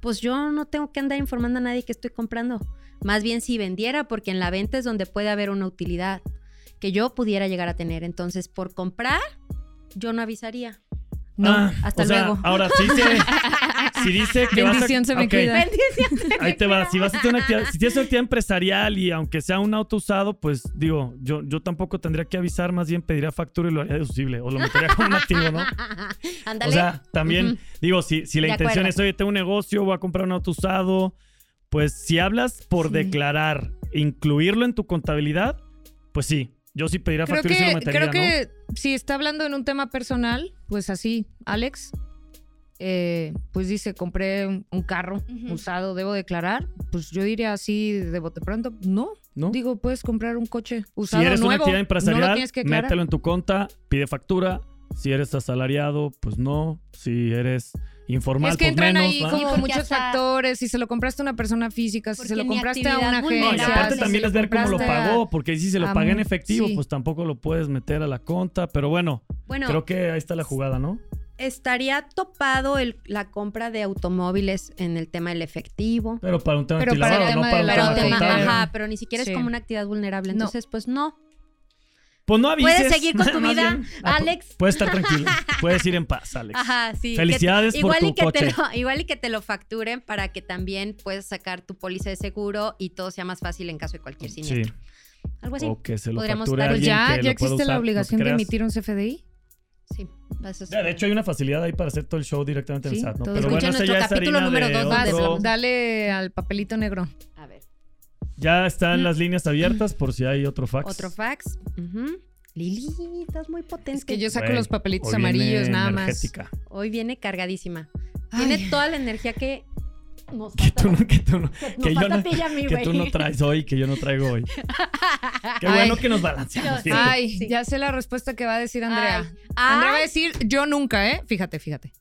Speaker 4: pues yo no tengo que andar informando a nadie que estoy comprando. Más bien si vendiera, porque en la venta es donde puede haber una utilidad que yo pudiera llegar a tener. Entonces, por comprar, yo no avisaría.
Speaker 3: No,
Speaker 2: Ah,
Speaker 4: hasta
Speaker 2: o sea,
Speaker 4: luego.
Speaker 2: Ahora sí se, si dice que vas a-
Speaker 3: Bendición se me
Speaker 2: Ok,
Speaker 3: cuida.
Speaker 2: Ahí te va. Si vas a hacer una actividad, si tienes una actividad empresarial y aunque sea un auto usado, pues digo, yo, yo tampoco tendría que avisar, más bien pediría factura y lo haría deducible o lo metería como un activo, ¿no?
Speaker 4: Ándale.
Speaker 2: O sea, también,
Speaker 4: Ujú.
Speaker 2: digo, si, si la
Speaker 4: De
Speaker 2: intención
Speaker 4: acuerdo.
Speaker 2: es, oye, tengo un negocio, voy a comprar un auto usado, pues si hablas por
Speaker 3: Sí.
Speaker 2: declarar, incluirlo en tu contabilidad, pues sí, yo sí pediría
Speaker 3: creo
Speaker 2: factura y se
Speaker 3: que,
Speaker 2: lo metería,
Speaker 3: creo que si está hablando en un tema personal, pues así, Alex, eh, pues dice, compré un, un carro
Speaker 5: Ujú.
Speaker 3: usado, debo declarar. Pues yo diría así de bote pronto, no.
Speaker 2: ¿no? ¿No?
Speaker 3: Digo, puedes comprar un coche
Speaker 2: Si
Speaker 3: usado
Speaker 2: eres una
Speaker 3: nuevo,
Speaker 2: actividad
Speaker 3: no lo
Speaker 2: empresarial,
Speaker 3: tienes que aclarar.
Speaker 2: mételo en tu cuenta, pide factura. Si eres asalariado, pues no. Si eres informal,
Speaker 3: es que
Speaker 2: pues
Speaker 3: entran
Speaker 2: menos.
Speaker 3: ahí
Speaker 2: ¿va?
Speaker 3: como
Speaker 4: porque
Speaker 3: muchos
Speaker 4: hasta-
Speaker 3: factores, si se lo compraste a una persona física, si
Speaker 4: Porque
Speaker 3: se lo
Speaker 4: mi
Speaker 3: compraste a
Speaker 4: actividad
Speaker 3: una
Speaker 4: vulnerable,
Speaker 2: No, y
Speaker 3: agencia.
Speaker 2: aparte
Speaker 3: si
Speaker 2: también
Speaker 3: se
Speaker 2: es ver cómo lo
Speaker 3: compraste a-
Speaker 2: pagó, porque ahí sí se lo
Speaker 3: a
Speaker 2: paga en
Speaker 3: un-
Speaker 2: efectivo,
Speaker 3: sí.
Speaker 2: pues tampoco lo puedes meter a la cuenta. Pero bueno,
Speaker 4: Bueno,
Speaker 2: creo que ahí está la jugada, ¿no?
Speaker 4: estaría topado el- la compra de automóviles en el tema del efectivo.
Speaker 2: Pero para un tema
Speaker 3: Pero para el
Speaker 2: antilavado, no
Speaker 3: tema
Speaker 2: para
Speaker 3: de
Speaker 2: un
Speaker 3: la-
Speaker 2: tema
Speaker 4: Pero,
Speaker 3: el
Speaker 4: tema-
Speaker 2: contable.
Speaker 4: ajá, pero ni siquiera
Speaker 3: Sí.
Speaker 4: es como una actividad vulnerable.
Speaker 3: No.
Speaker 4: Entonces, pues no.
Speaker 2: Pues no avises.
Speaker 4: Puedes seguir con tu
Speaker 2: más
Speaker 4: vida,
Speaker 2: bien, ah,
Speaker 4: Alex.
Speaker 2: Puedes estar tranquilo. Puedes ir en paz, Alex.
Speaker 3: Ah,
Speaker 4: Ajá, sí.
Speaker 2: Felicidades
Speaker 4: Que-
Speaker 2: por
Speaker 4: igual
Speaker 2: tu
Speaker 4: y que
Speaker 2: coche.
Speaker 4: Te lo, igual y que te lo facturen para que también puedas sacar tu póliza de seguro y todo sea más fácil en caso de cualquier
Speaker 2: Sí.
Speaker 4: siniestro. Algo así.
Speaker 2: O que se lo
Speaker 4: Podríamos
Speaker 2: facture a
Speaker 4: dar-
Speaker 3: Pues
Speaker 2: alguien que
Speaker 3: ya,
Speaker 2: lo
Speaker 3: ya
Speaker 2: pueda
Speaker 3: existe
Speaker 2: usar,
Speaker 3: la
Speaker 2: no
Speaker 3: obligación de
Speaker 2: creas.
Speaker 3: emitir un CFDI.
Speaker 4: Sí. vas a-
Speaker 2: Ya, de hecho, hay una facilidad ahí para hacer todo el show directamente en
Speaker 3: Sí,
Speaker 2: el SAT, ¿no?
Speaker 3: todo.
Speaker 2: Pero
Speaker 4: Escuchen
Speaker 2: bueno, esa
Speaker 4: nuestro
Speaker 2: ya es
Speaker 4: capítulo
Speaker 2: harina
Speaker 4: número
Speaker 2: de
Speaker 4: dos de
Speaker 2: otro-
Speaker 3: Vas, dale al papelito negro.
Speaker 4: A ver.
Speaker 2: Ya están las líneas abiertas por si hay otro fax.
Speaker 4: Otro fax. Ujú. Lili, estás muy potente.
Speaker 3: Es que yo saco
Speaker 2: Güey,
Speaker 3: los papelitos
Speaker 2: Hoy viene
Speaker 3: amarillos nada
Speaker 2: energética.
Speaker 4: Hoy viene cargadísima.
Speaker 3: más.
Speaker 4: Tiene toda la energía que nos
Speaker 2: Que
Speaker 4: falta.
Speaker 2: tú, no- que tú no-
Speaker 4: que
Speaker 2: que
Speaker 4: nos
Speaker 2: yo
Speaker 4: falta
Speaker 2: no-
Speaker 4: a ti y a mí,
Speaker 2: que tú no
Speaker 4: güey.
Speaker 2: traes hoy, que yo no traigo hoy. Qué
Speaker 3: Ay.
Speaker 2: bueno que nos balanceamos.
Speaker 4: Sí.
Speaker 2: fíjate.
Speaker 3: Ay, ya sé la respuesta que va a decir Andrea.
Speaker 4: Ay.
Speaker 3: Andrea
Speaker 4: Ah,
Speaker 3: va a decir yo nunca, ¿eh? Fíjate, fíjate.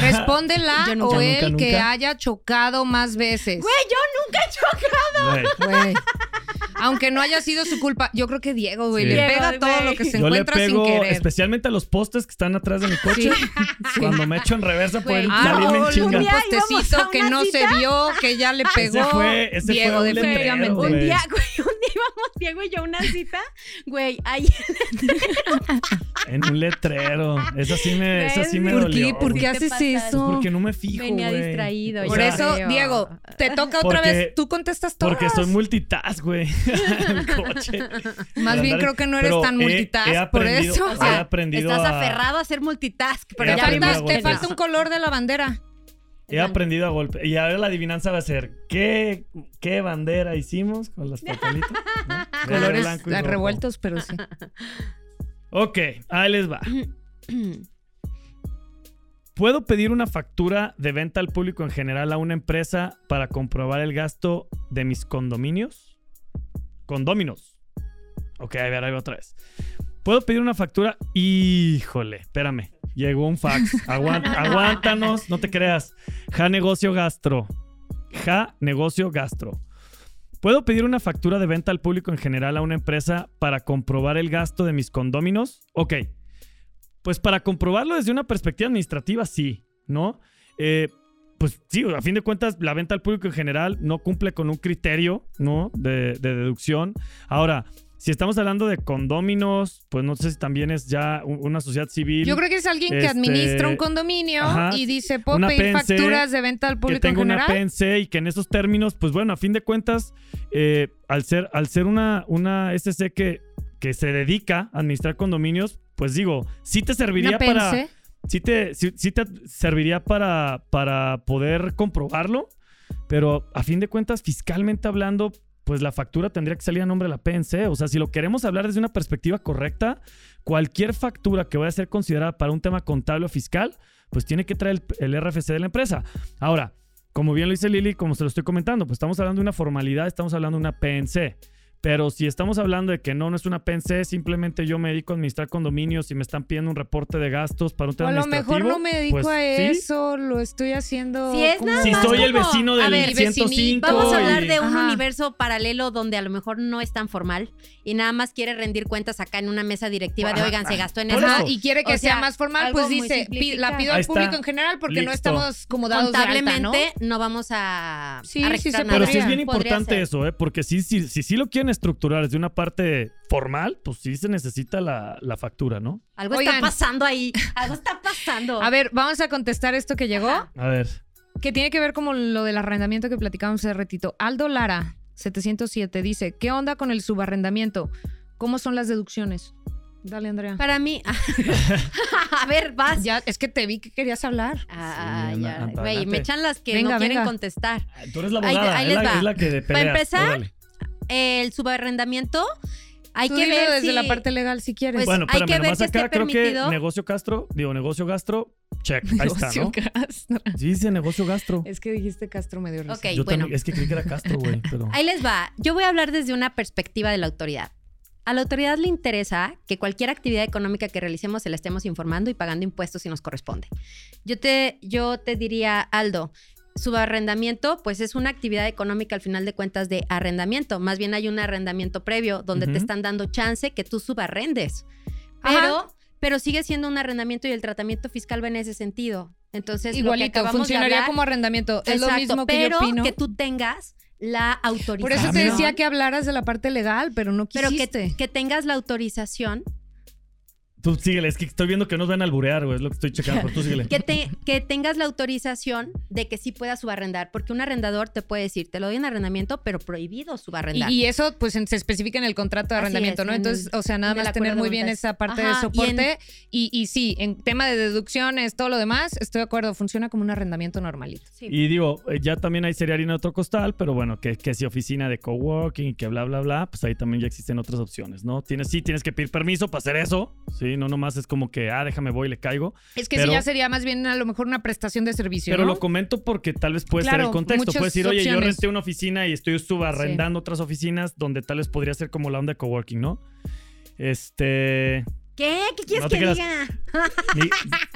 Speaker 3: Responde la
Speaker 4: Yo
Speaker 3: o
Speaker 4: nunca.
Speaker 3: el
Speaker 2: Yo nunca,
Speaker 3: que
Speaker 2: nunca.
Speaker 3: haya chocado más veces.
Speaker 4: güey, yo nunca choco.
Speaker 2: Güey,
Speaker 3: Güey. Aunque no haya sido su culpa, yo creo que Diego, güey,
Speaker 2: Sí.
Speaker 3: le
Speaker 4: Diego,
Speaker 3: pega todo
Speaker 4: güey.
Speaker 3: lo que se
Speaker 2: Yo le
Speaker 3: encuentra
Speaker 2: pego
Speaker 3: sin querer.
Speaker 2: especialmente a los postes que están atrás de mi coche. Cuando me echo en reversa por
Speaker 4: Güey,
Speaker 2: el
Speaker 4: ah,
Speaker 2: salirme en
Speaker 4: un
Speaker 2: chinga.
Speaker 4: día
Speaker 3: Un
Speaker 4: íbamos a
Speaker 3: postecito que
Speaker 4: una
Speaker 3: no se
Speaker 4: cita.
Speaker 3: vio, que ya le pegó.
Speaker 2: fue- ese fue
Speaker 3: Diego,
Speaker 2: un letrero,
Speaker 3: definitivamente.
Speaker 2: güey.
Speaker 4: Un día, güey, un día íbamos Diego y yo a una cita, güey, ahí
Speaker 2: En un letrero. Esa sí me, esa sí me
Speaker 4: ¿Por
Speaker 3: ¿Por qué,
Speaker 2: dolió.
Speaker 3: ¿Por
Speaker 2: güey.
Speaker 3: qué
Speaker 4: te
Speaker 3: haces
Speaker 4: pasas?
Speaker 2: Pues
Speaker 3: eso?
Speaker 2: porque no me fijo,
Speaker 4: venía
Speaker 2: güey.
Speaker 4: distraído.
Speaker 2: O
Speaker 3: Por
Speaker 2: sea,
Speaker 3: eso,
Speaker 4: Pues creo.
Speaker 3: Diego, te toca otra
Speaker 2: Porque-
Speaker 3: vez. Tú contestas todo.
Speaker 2: Porque soy multitask, güey. En el coche.
Speaker 3: Más bien
Speaker 2: Andar-
Speaker 3: creo que no eres
Speaker 2: pero
Speaker 3: tan
Speaker 2: he- he
Speaker 3: multitask, por
Speaker 2: aprendido-
Speaker 3: eso.
Speaker 2: he
Speaker 4: O sea,
Speaker 2: aprendido
Speaker 4: estás
Speaker 2: a-
Speaker 4: aferrado a hacer multitask, pero
Speaker 2: He
Speaker 4: ya
Speaker 3: Pero ya
Speaker 2: aprendido
Speaker 4: no
Speaker 2: a
Speaker 3: falta- te
Speaker 2: golpes.
Speaker 3: falta un color de la bandera.
Speaker 2: He aprendido a golpe. Y ahora la adivinanza va a ser: ¿qué, qué bandera hicimos con las papelitas? ¿No? Verde,
Speaker 3: Colores
Speaker 2: blanco y rojo.
Speaker 3: revueltos, pero sí.
Speaker 2: Ok, ahí les va. ¿Puedo pedir una factura de venta al público en general a una empresa para comprobar el gasto de mis condominios? Condóminos. Ok, a ver, ahí va otra vez. ¿Puedo pedir una factura? Híjole, espérame. Llegó un fax. Aguant- aguántanos, no te creas. Ja Negocio Gastro. Ja Negocio Gastro. ¿Puedo pedir una factura de venta al público en general a una empresa para comprobar el gasto de mis condóminos? Ok. Pues para comprobarlo desde una perspectiva administrativa, sí, ¿no? Eh, pues sí, a fin de cuentas, la venta al público en general no cumple con un criterio, ¿no? De, de deducción. Ahora, si estamos hablando de condóminos, pues no sé si también es ya u- una sociedad civil.
Speaker 3: Yo creo que es alguien que
Speaker 2: Este,
Speaker 3: administra un condominio
Speaker 2: ajá,
Speaker 3: y dice, ¿puedo
Speaker 2: una
Speaker 3: pedir
Speaker 2: PNC,
Speaker 3: facturas de venta al
Speaker 2: que
Speaker 3: público en
Speaker 2: tengo una
Speaker 3: general?
Speaker 2: PNC y que en esos términos, pues bueno, a fin de cuentas, eh, al ser, al ser una, una SC que, que se dedica a administrar condominios, pues digo, sí te serviría
Speaker 3: Una
Speaker 2: para.
Speaker 3: PNC.
Speaker 2: sí te, sí, sí te serviría para, para poder comprobarlo, pero a fin de cuentas, fiscalmente hablando, pues la factura tendría que salir a nombre de la PNC. O sea, si lo queremos hablar desde una perspectiva correcta, cualquier factura que vaya a ser considerada para un tema contable o fiscal, pues tiene que traer el, el RFC de la empresa. Ahora, como bien lo dice Lili, como se lo estoy comentando, pues estamos hablando de una formalidad, estamos hablando de una PNC. Pero si estamos hablando de que no, no es una PNC, simplemente yo me dedico a administrar condominios y me están pidiendo un reporte de gastos para un
Speaker 3: O
Speaker 2: tema
Speaker 3: a lo
Speaker 2: administrativo.
Speaker 3: mejor no me dedico
Speaker 2: pues,
Speaker 3: a
Speaker 2: ¿sí?
Speaker 3: eso, lo estoy haciendo.
Speaker 4: Si es
Speaker 3: como-
Speaker 4: nada
Speaker 2: Si
Speaker 4: más
Speaker 2: soy el
Speaker 4: como-
Speaker 2: vecino
Speaker 4: a
Speaker 2: del
Speaker 4: ver,
Speaker 3: vecinito,
Speaker 2: 105.
Speaker 4: Vamos a
Speaker 2: y-
Speaker 4: hablar de un
Speaker 3: Ajá.
Speaker 4: universo paralelo donde a lo mejor no es tan formal y nada más quiere rendir cuentas acá en una mesa directiva de,
Speaker 2: Ajá,
Speaker 4: oigan, se gastó en
Speaker 2: por
Speaker 4: eso.
Speaker 3: Ajá,
Speaker 2: eso.
Speaker 3: y quiere que
Speaker 4: O sea,
Speaker 3: sea más formal,
Speaker 4: algo
Speaker 3: pues
Speaker 4: muy
Speaker 3: dice, pi- la
Speaker 4: simplificado.
Speaker 3: pido
Speaker 2: Ahí
Speaker 3: al
Speaker 2: está.
Speaker 3: público en general porque no
Speaker 2: Listo.
Speaker 3: estamos como dados de alta, ¿no?
Speaker 4: Contablemente no vamos a,
Speaker 3: Sí,
Speaker 4: a
Speaker 3: sí
Speaker 4: registrar
Speaker 3: se
Speaker 4: nada.
Speaker 2: Pero sí
Speaker 3: podría.
Speaker 2: es bien
Speaker 4: Podría
Speaker 2: importante
Speaker 4: ser.
Speaker 2: eso, ¿eh? porque si sí, sí, sí lo quieren estructurar desde una parte formal, pues sí se necesita la, la factura, ¿no?
Speaker 4: Algo
Speaker 3: Oigan.
Speaker 4: está pasando ahí. Algo está pasando.
Speaker 3: A ver, vamos a contestar esto que llegó,
Speaker 2: A ver.
Speaker 3: que tiene que ver como lo del arrendamiento que platicábamos hace ratito. Aldo Lara, 707, dice, ¿qué onda con el subarrendamiento? ¿Cómo son las deducciones? Dale, Andrea.
Speaker 4: Para mí. a ver, vas.
Speaker 3: Ya, es que te vi que querías hablar.
Speaker 4: Ah,
Speaker 2: Sí,
Speaker 4: ya,
Speaker 2: anda- anda,
Speaker 4: güey,
Speaker 2: adelante.
Speaker 4: me echan las que
Speaker 3: Venga,
Speaker 4: no quieren
Speaker 3: venga.
Speaker 4: contestar.
Speaker 2: Tú eres la
Speaker 4: Ahí-
Speaker 2: abogada,
Speaker 4: ahí
Speaker 2: es,
Speaker 4: les
Speaker 2: la,
Speaker 4: va.
Speaker 2: es la que pelea.
Speaker 4: empezar, El subarrendamiento, hay
Speaker 3: Tú
Speaker 4: que
Speaker 3: dilo
Speaker 4: ver
Speaker 3: desde
Speaker 4: si-
Speaker 3: la parte legal si quieres.
Speaker 4: Pues,
Speaker 2: bueno,
Speaker 4: hay
Speaker 2: espérame,
Speaker 4: que ver
Speaker 2: nomás
Speaker 4: si esté
Speaker 2: acá creo que
Speaker 4: permitido.
Speaker 2: negocio Castro, digo, negocio Gastro, check, ahí está,
Speaker 3: Negocio
Speaker 2: ¿no?
Speaker 3: Castro.
Speaker 2: Sí, dice negocio Gastro.
Speaker 3: Es que dijiste Castro medio risa.
Speaker 4: Ok,
Speaker 2: Yo
Speaker 4: bueno.
Speaker 2: también, es que creí que era Castro, güey, pero...
Speaker 4: Ahí les va. Yo voy a hablar desde una perspectiva de la autoridad. A la autoridad le interesa que cualquier actividad económica que realicemos se la estemos informando y pagando impuestos si nos corresponde. Yo te, yo te diría, Aldo, subarrendamiento, pues es una actividad económica al final de cuentas de arrendamiento. Más bien hay un arrendamiento previo donde
Speaker 2: Ujú.
Speaker 4: te están dando chance que tú subarrendes.
Speaker 3: Ajá.
Speaker 4: Pero, pero sigue siendo un arrendamiento y el tratamiento fiscal va en ese sentido. Entonces, lo que
Speaker 3: Igualito,
Speaker 4: acabamos de
Speaker 3: funcionaría
Speaker 4: hablar-
Speaker 3: como arrendamiento. Es lo
Speaker 4: Exacto,
Speaker 3: mismo que
Speaker 4: pero
Speaker 3: yo opino.
Speaker 4: que tú tengas la autorización.
Speaker 3: Por eso te decía que hablaras de la parte legal, pero no
Speaker 4: Ah, pero
Speaker 3: quisiste.
Speaker 4: que, que tengas la autorización,
Speaker 2: Tú síguele, es que estoy viendo que nos van a alburear, güey, es lo que estoy checando, pero tú síguele.
Speaker 4: que, te- que tengas la autorización de que sí puedas subarrendar, porque un arrendador te puede decir, te lo doy en arrendamiento, pero prohibido
Speaker 3: Y,
Speaker 4: subarrendar.
Speaker 3: y eso pues en- se especifica en el contrato de
Speaker 4: Así
Speaker 3: arrendamiento,
Speaker 4: es,
Speaker 3: ¿no?
Speaker 4: en
Speaker 3: Entonces,
Speaker 4: el-
Speaker 3: o sea, nada
Speaker 4: en el
Speaker 3: más
Speaker 4: acuerdo
Speaker 3: tener
Speaker 4: de
Speaker 3: muy bien
Speaker 4: multas.
Speaker 3: esa parte de
Speaker 4: Ajá, y en-
Speaker 3: soporte. Y, y sí, en tema de deducciones, todo lo demás, estoy de acuerdo, funciona como un arrendamiento normalito.
Speaker 4: Sí.
Speaker 2: Y digo, eh, ya también ahí sería harina de otro costal, pero bueno, que, que si oficina de coworking y que bla, bla, bla, pues ahí también ya existen otras opciones, ¿no? Tienes, sí, tienes que pedir permiso para hacer eso, ¿sí? No nomás es como que, ah, déjame voy y le caigo.
Speaker 3: Es que
Speaker 2: Pero-
Speaker 3: sí, ya sería más bien a lo mejor una prestación de servicio.
Speaker 2: Pero
Speaker 3: ¿no?
Speaker 2: lo comento porque tal vez puede ser
Speaker 3: Claro,
Speaker 2: el contexto.
Speaker 3: muchas
Speaker 2: Puedes decir, oye, yo
Speaker 3: opciones.
Speaker 2: renté una oficina y estoy subarrendando otras oficinas donde tal vez podría ser como la onda de coworking, ¿no? Este.
Speaker 4: ¿Qué? ¿Qué quieres
Speaker 2: No te
Speaker 4: que
Speaker 2: creas.
Speaker 4: diga?
Speaker 2: mi-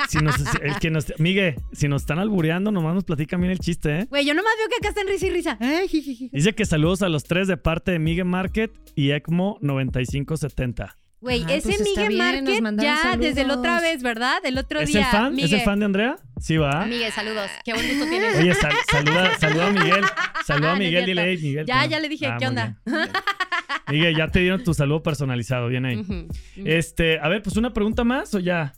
Speaker 2: si nos, el que nos, Migue, si nos están albureando, nomás nos platican bien el chiste, ¿eh?
Speaker 4: Güey, yo nomás veo que acá están risa y risa.
Speaker 3: Eh,
Speaker 4: Ay, ji, ji, ji.
Speaker 2: Dice que saludos a los tres de parte de Migue Market y ECMO 9570.
Speaker 4: Güey,
Speaker 3: Ah,
Speaker 4: ese
Speaker 3: pues está
Speaker 4: Miguel
Speaker 3: bien, nos
Speaker 4: Market
Speaker 3: mandaron
Speaker 4: ya desde la otra
Speaker 3: saludos.
Speaker 4: vez, ¿verdad? El otro
Speaker 2: ¿Es
Speaker 4: día.
Speaker 2: el fan? ¿Es el
Speaker 4: Miguel.
Speaker 2: fan de Andrea? Sí, va.
Speaker 4: Miguel, saludos. Qué buen gusto tienes.
Speaker 2: Oye, sal- saluda, saluda a Miguel. Saluda
Speaker 4: Ah,
Speaker 2: a
Speaker 4: no es
Speaker 2: Miguel, dile,
Speaker 4: cierto.
Speaker 2: "Hey, Miguel.
Speaker 4: Ya,
Speaker 2: perdón".
Speaker 4: ya le dije, ¿qué
Speaker 2: muy
Speaker 4: onda?
Speaker 2: bien. Miguel, ya te dieron tu saludo personalizado, bien ahí.
Speaker 4: Ujú.
Speaker 2: Este, a ver, pues una pregunta más o ya.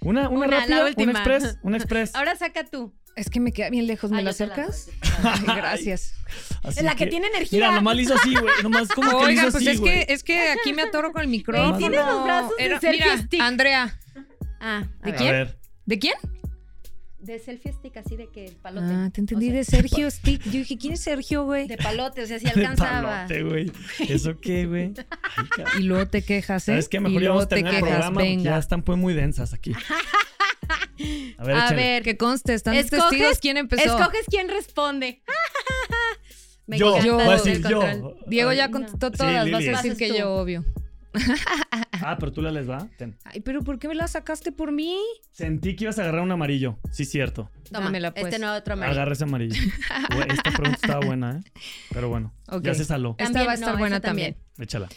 Speaker 2: Una, una,
Speaker 4: Una, la
Speaker 2: rápida,
Speaker 4: última.
Speaker 2: una express, una express.
Speaker 4: Ahora saca tú.
Speaker 3: Es que me queda bien lejos, ¿me
Speaker 4: Ay,
Speaker 3: lo
Speaker 4: yo te la
Speaker 3: acercas?
Speaker 4: doy.
Speaker 3: Ay, gracias.
Speaker 2: Así
Speaker 4: la que, tiene energía.
Speaker 2: Mira, nomás le hizo así, güey. Nomás como que le hizo
Speaker 3: Oigan, pues
Speaker 2: así,
Speaker 3: es
Speaker 2: güey.
Speaker 3: que, es que aquí me atoro con el micrófono.
Speaker 2: tiene
Speaker 4: los brazos de selfie
Speaker 3: Mira,
Speaker 4: stick.
Speaker 3: Andrea,
Speaker 4: Ah, a
Speaker 3: ¿De
Speaker 4: ver.
Speaker 2: A
Speaker 3: ¿quién?
Speaker 2: ver.
Speaker 3: ¿de quién?
Speaker 4: De selfie stick, así de que palote.
Speaker 3: Ah, te entendí
Speaker 4: O sea,
Speaker 3: de Sergio Stick. Yo dije, ¿quién es Sergio, güey?
Speaker 4: De palote, o sea, si
Speaker 2: De
Speaker 4: alcanzaba.
Speaker 2: palote, güey. ¿Eso qué, güey? Ay, cabrón.
Speaker 3: Y luego te quejas, ¿eh?
Speaker 2: ¿Sabes qué?
Speaker 3: y
Speaker 2: Mejor ya
Speaker 3: luego
Speaker 2: vamos a
Speaker 3: te
Speaker 2: terminar el
Speaker 3: quejas,
Speaker 2: programa porque
Speaker 3: venga.
Speaker 2: ya están pues muy densas aquí. A ver,
Speaker 4: A
Speaker 2: échale.
Speaker 4: ver,
Speaker 3: Que conste, están los
Speaker 4: Escoges-
Speaker 3: testigos quién empezó.
Speaker 4: escoges quién responde. Me
Speaker 2: yo,
Speaker 4: encanta
Speaker 2: yo, voy a
Speaker 4: el
Speaker 2: decir
Speaker 4: control.
Speaker 2: yo.
Speaker 3: Diego ya
Speaker 4: No.
Speaker 3: contestó
Speaker 2: Sí,
Speaker 3: todas, vas
Speaker 2: Lili.
Speaker 3: a decir
Speaker 4: Vas
Speaker 3: que
Speaker 4: tú.
Speaker 3: yo, obvio.
Speaker 2: Ah, pero tú la les va. Ten.
Speaker 3: Ay, pero ¿por qué me la sacaste por mí?
Speaker 2: Sentí que ibas a agarrar un amarillo. Sí, cierto.
Speaker 4: Toma,
Speaker 3: Dámela, pues.
Speaker 4: este no otro amarillo.
Speaker 2: Agarra ese amarillo. Güey, Esta pregunta estaba buena, ¿eh? Pero bueno,
Speaker 3: Ok.
Speaker 2: ya se saló.
Speaker 3: Esta
Speaker 4: También,
Speaker 3: va a estar
Speaker 4: no,
Speaker 3: buena
Speaker 4: esa también.
Speaker 3: también.
Speaker 2: Échala.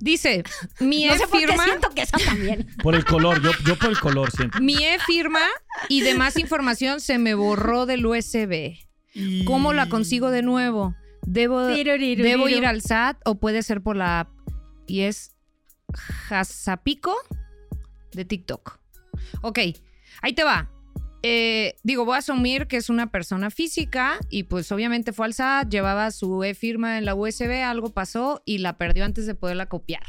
Speaker 3: Dice, mi
Speaker 4: No
Speaker 3: E
Speaker 4: sé por qué
Speaker 3: firma,
Speaker 4: siento que eso también.
Speaker 2: Por el color, yo, yo por el color siento.
Speaker 3: mi E firma y demás información se me borró del USB. ¿Cómo la consigo de nuevo? Debo, debo ir al SAT o puede ser por la app. Y es Jazapico de TikTok. Ok, ahí te va. Eh, digo, voy a asumir que es una persona física y pues obviamente fue al SAT, llevaba su e-firma en la USB, algo pasó y la perdió antes de poderla copiar.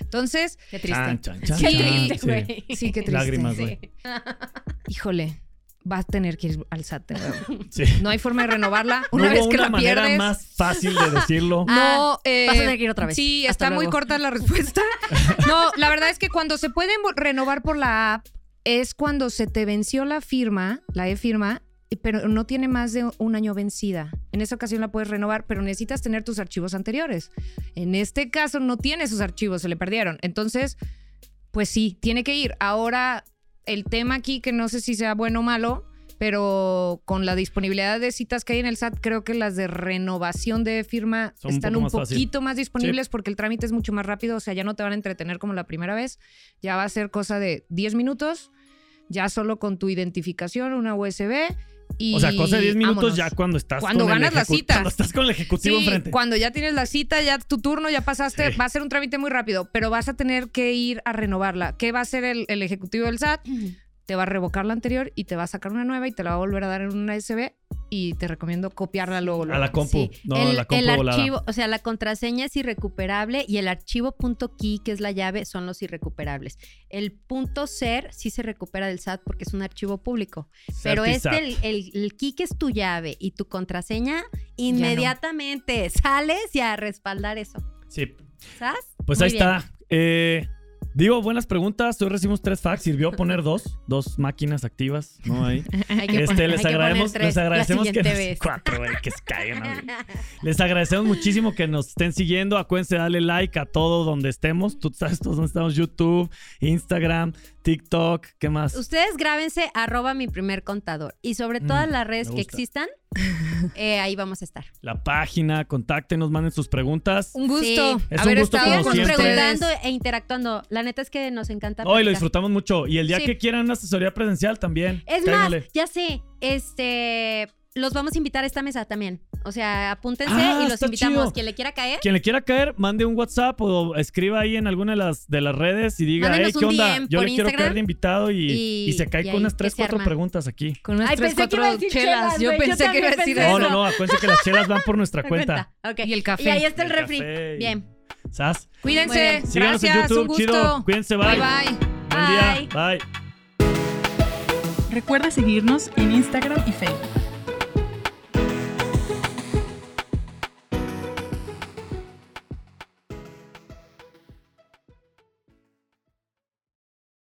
Speaker 3: Entonces,
Speaker 4: Qué triste.
Speaker 2: Chan, chan, chan,
Speaker 3: Sí,
Speaker 2: chan.
Speaker 4: triste,
Speaker 2: Sí.
Speaker 4: güey.
Speaker 3: sí, qué triste.
Speaker 2: Lágrimas, güey.
Speaker 4: Sí.
Speaker 3: Híjole, vas a tener que ir al SAT. de nuevo.
Speaker 2: Sí.
Speaker 3: No hay forma de renovarla.
Speaker 2: No
Speaker 3: Una
Speaker 2: hubo
Speaker 3: vez que
Speaker 2: una
Speaker 3: la
Speaker 2: manera
Speaker 3: pierdes.
Speaker 2: más fácil de decirlo.
Speaker 3: No, eh,
Speaker 4: Ah, vas a tener que ir otra vez.
Speaker 3: Sí,
Speaker 4: Hasta
Speaker 3: está muy
Speaker 4: luego.
Speaker 3: corta la respuesta. No, la verdad es que cuando se pueden vo- renovar por la app es cuando se te venció la firma, la e-firma, y- pero no tiene más de un año vencida. En esa ocasión la puedes renovar, pero necesitas tener tus archivos anteriores. En este caso no tiene sus archivos, se le perdieron. Entonces, pues sí, tiene que ir. Ahora, el tema aquí, que no sé si sea bueno o malo, pero con la disponibilidad de citas que hay en el SAT, creo que las de renovación de firma
Speaker 2: Son un
Speaker 3: están
Speaker 2: poco
Speaker 3: un
Speaker 2: más fácil.
Speaker 3: poquito más disponibles porque el trámite es mucho más rápido, o sea, ya no te van a entretener como la primera vez, ya va a ser cosa de 10 minutos, ya solo con tu identificación, una USB y...
Speaker 2: o sea, cosa de 10 minutos
Speaker 3: vámonos.
Speaker 2: ya cuando estás
Speaker 3: Cuando
Speaker 2: con el
Speaker 3: ganas la
Speaker 2: ejecu-
Speaker 3: cita.
Speaker 2: Cuando estás con el ejecutivo
Speaker 3: Sí,
Speaker 2: enfrente.
Speaker 3: cuando ya tienes la cita, ya tu turno, ya pasaste,
Speaker 2: Sí.
Speaker 3: va a ser un trámite muy rápido, pero vas a tener que ir a renovarla. ¿Qué va a hacer el, el ejecutivo del SAT? Te va a revocar la anterior y te va a sacar una nueva y te la va a volver a dar en una USB y te recomiendo copiarla luego.
Speaker 2: A
Speaker 3: luego.
Speaker 2: la compu.
Speaker 4: Sí.
Speaker 2: No, a
Speaker 4: el,
Speaker 2: la compu
Speaker 4: el
Speaker 2: volada.
Speaker 4: archivo, o sea, la contraseña es irrecuperable y el archivo punto .key, que es la llave, son los irrecuperables. El punto .ser sí se recupera del SAT porque es un archivo público, pero este,
Speaker 2: Certisat.
Speaker 4: el, el, el key que es tu llave y tu contraseña, inmediatamente sales y a respaldar eso,
Speaker 2: Sí.
Speaker 4: ¿sabes?
Speaker 2: Pues
Speaker 4: Muy
Speaker 2: ahí
Speaker 4: bien.
Speaker 2: está. Eh, digo, buenas preguntas. Hoy recibimos tres facts. Sirvió poner dos. Dos máquinas activas, ¿no? Ahí.
Speaker 4: Hay que
Speaker 2: Este,
Speaker 4: poner-
Speaker 2: les,
Speaker 4: hay que poner
Speaker 2: agradecemos,
Speaker 4: tres
Speaker 2: les
Speaker 4: la
Speaker 2: agradecemos que
Speaker 4: siguiente
Speaker 2: nos,
Speaker 4: vez.
Speaker 2: cuatro, güey, que se caigan, güey. Les agradecemos muchísimo que nos estén siguiendo. Acuérdense de darle like a todo donde estemos. Tú sabes todos donde estamos: YouTube, Instagram, TikTok. ¿Qué más?
Speaker 4: Ustedes grábense arroba mi primer contador y sobre
Speaker 2: Mm,
Speaker 4: todas las redes
Speaker 2: me
Speaker 4: que
Speaker 2: gusta.
Speaker 4: existan, eh, ahí vamos a estar.
Speaker 2: La página, contáctenos, manden sus preguntas.
Speaker 3: Un gusto
Speaker 4: Sí.
Speaker 2: Es
Speaker 3: haber
Speaker 2: un gusto
Speaker 3: estado
Speaker 2: como
Speaker 3: con
Speaker 4: Síganos
Speaker 2: siempre.
Speaker 3: ustedes.
Speaker 4: preguntando e interactuando. La neta es que nos encanta.
Speaker 2: Hoy lo
Speaker 4: platicar.
Speaker 2: disfrutamos mucho. Y el día
Speaker 4: Sí.
Speaker 2: que quieran una asesoría presencial también.
Speaker 4: Es
Speaker 2: cáiganle.
Speaker 4: más, ya sé, este, los vamos a invitar a esta mesa también. O sea, apúntense
Speaker 2: Ah,
Speaker 4: y los
Speaker 2: está
Speaker 4: invitamos.
Speaker 2: chido.
Speaker 4: Quien le quiera caer,
Speaker 2: Quien le quiera caer, mande un WhatsApp o escriba ahí en alguna de las, de las redes y diga,
Speaker 4: Mándenos
Speaker 2: hey, ¿qué
Speaker 4: un
Speaker 2: onda?
Speaker 4: DM
Speaker 2: Yo
Speaker 4: por
Speaker 2: le quiero
Speaker 4: Instagram
Speaker 2: caer de invitado y,
Speaker 4: y-
Speaker 2: y se cae
Speaker 4: y
Speaker 2: con
Speaker 4: ahí
Speaker 2: unas
Speaker 4: que
Speaker 2: 3,
Speaker 4: se
Speaker 2: 4
Speaker 4: arma.
Speaker 2: preguntas aquí.
Speaker 3: Con unas
Speaker 4: Ay,
Speaker 3: tres,
Speaker 4: pensé que
Speaker 3: cuatro
Speaker 4: iba a decir
Speaker 3: chelas.
Speaker 4: chelas,
Speaker 3: Yo
Speaker 4: güey, yo
Speaker 3: pensé que iba a
Speaker 4: también
Speaker 3: decir
Speaker 4: pensé
Speaker 2: No,
Speaker 3: eso.
Speaker 2: no, no, acuérdense que las chelas van por nuestra
Speaker 4: me
Speaker 2: cuenta.
Speaker 4: Ok.
Speaker 3: Y el café.
Speaker 4: Y ahí está el
Speaker 2: El
Speaker 4: refri.
Speaker 2: café.
Speaker 4: Bien.
Speaker 2: ¿Sas?
Speaker 4: Muy
Speaker 3: Cuídense.
Speaker 4: bien.
Speaker 2: Síganos en
Speaker 3: Gracias. Un
Speaker 2: YouTube, chido.
Speaker 3: gusto.
Speaker 2: Cuídense,
Speaker 3: Bye
Speaker 2: bye.
Speaker 3: bye.
Speaker 2: Buen día. Bye.
Speaker 1: Recuerda seguirnos en Instagram y Facebook.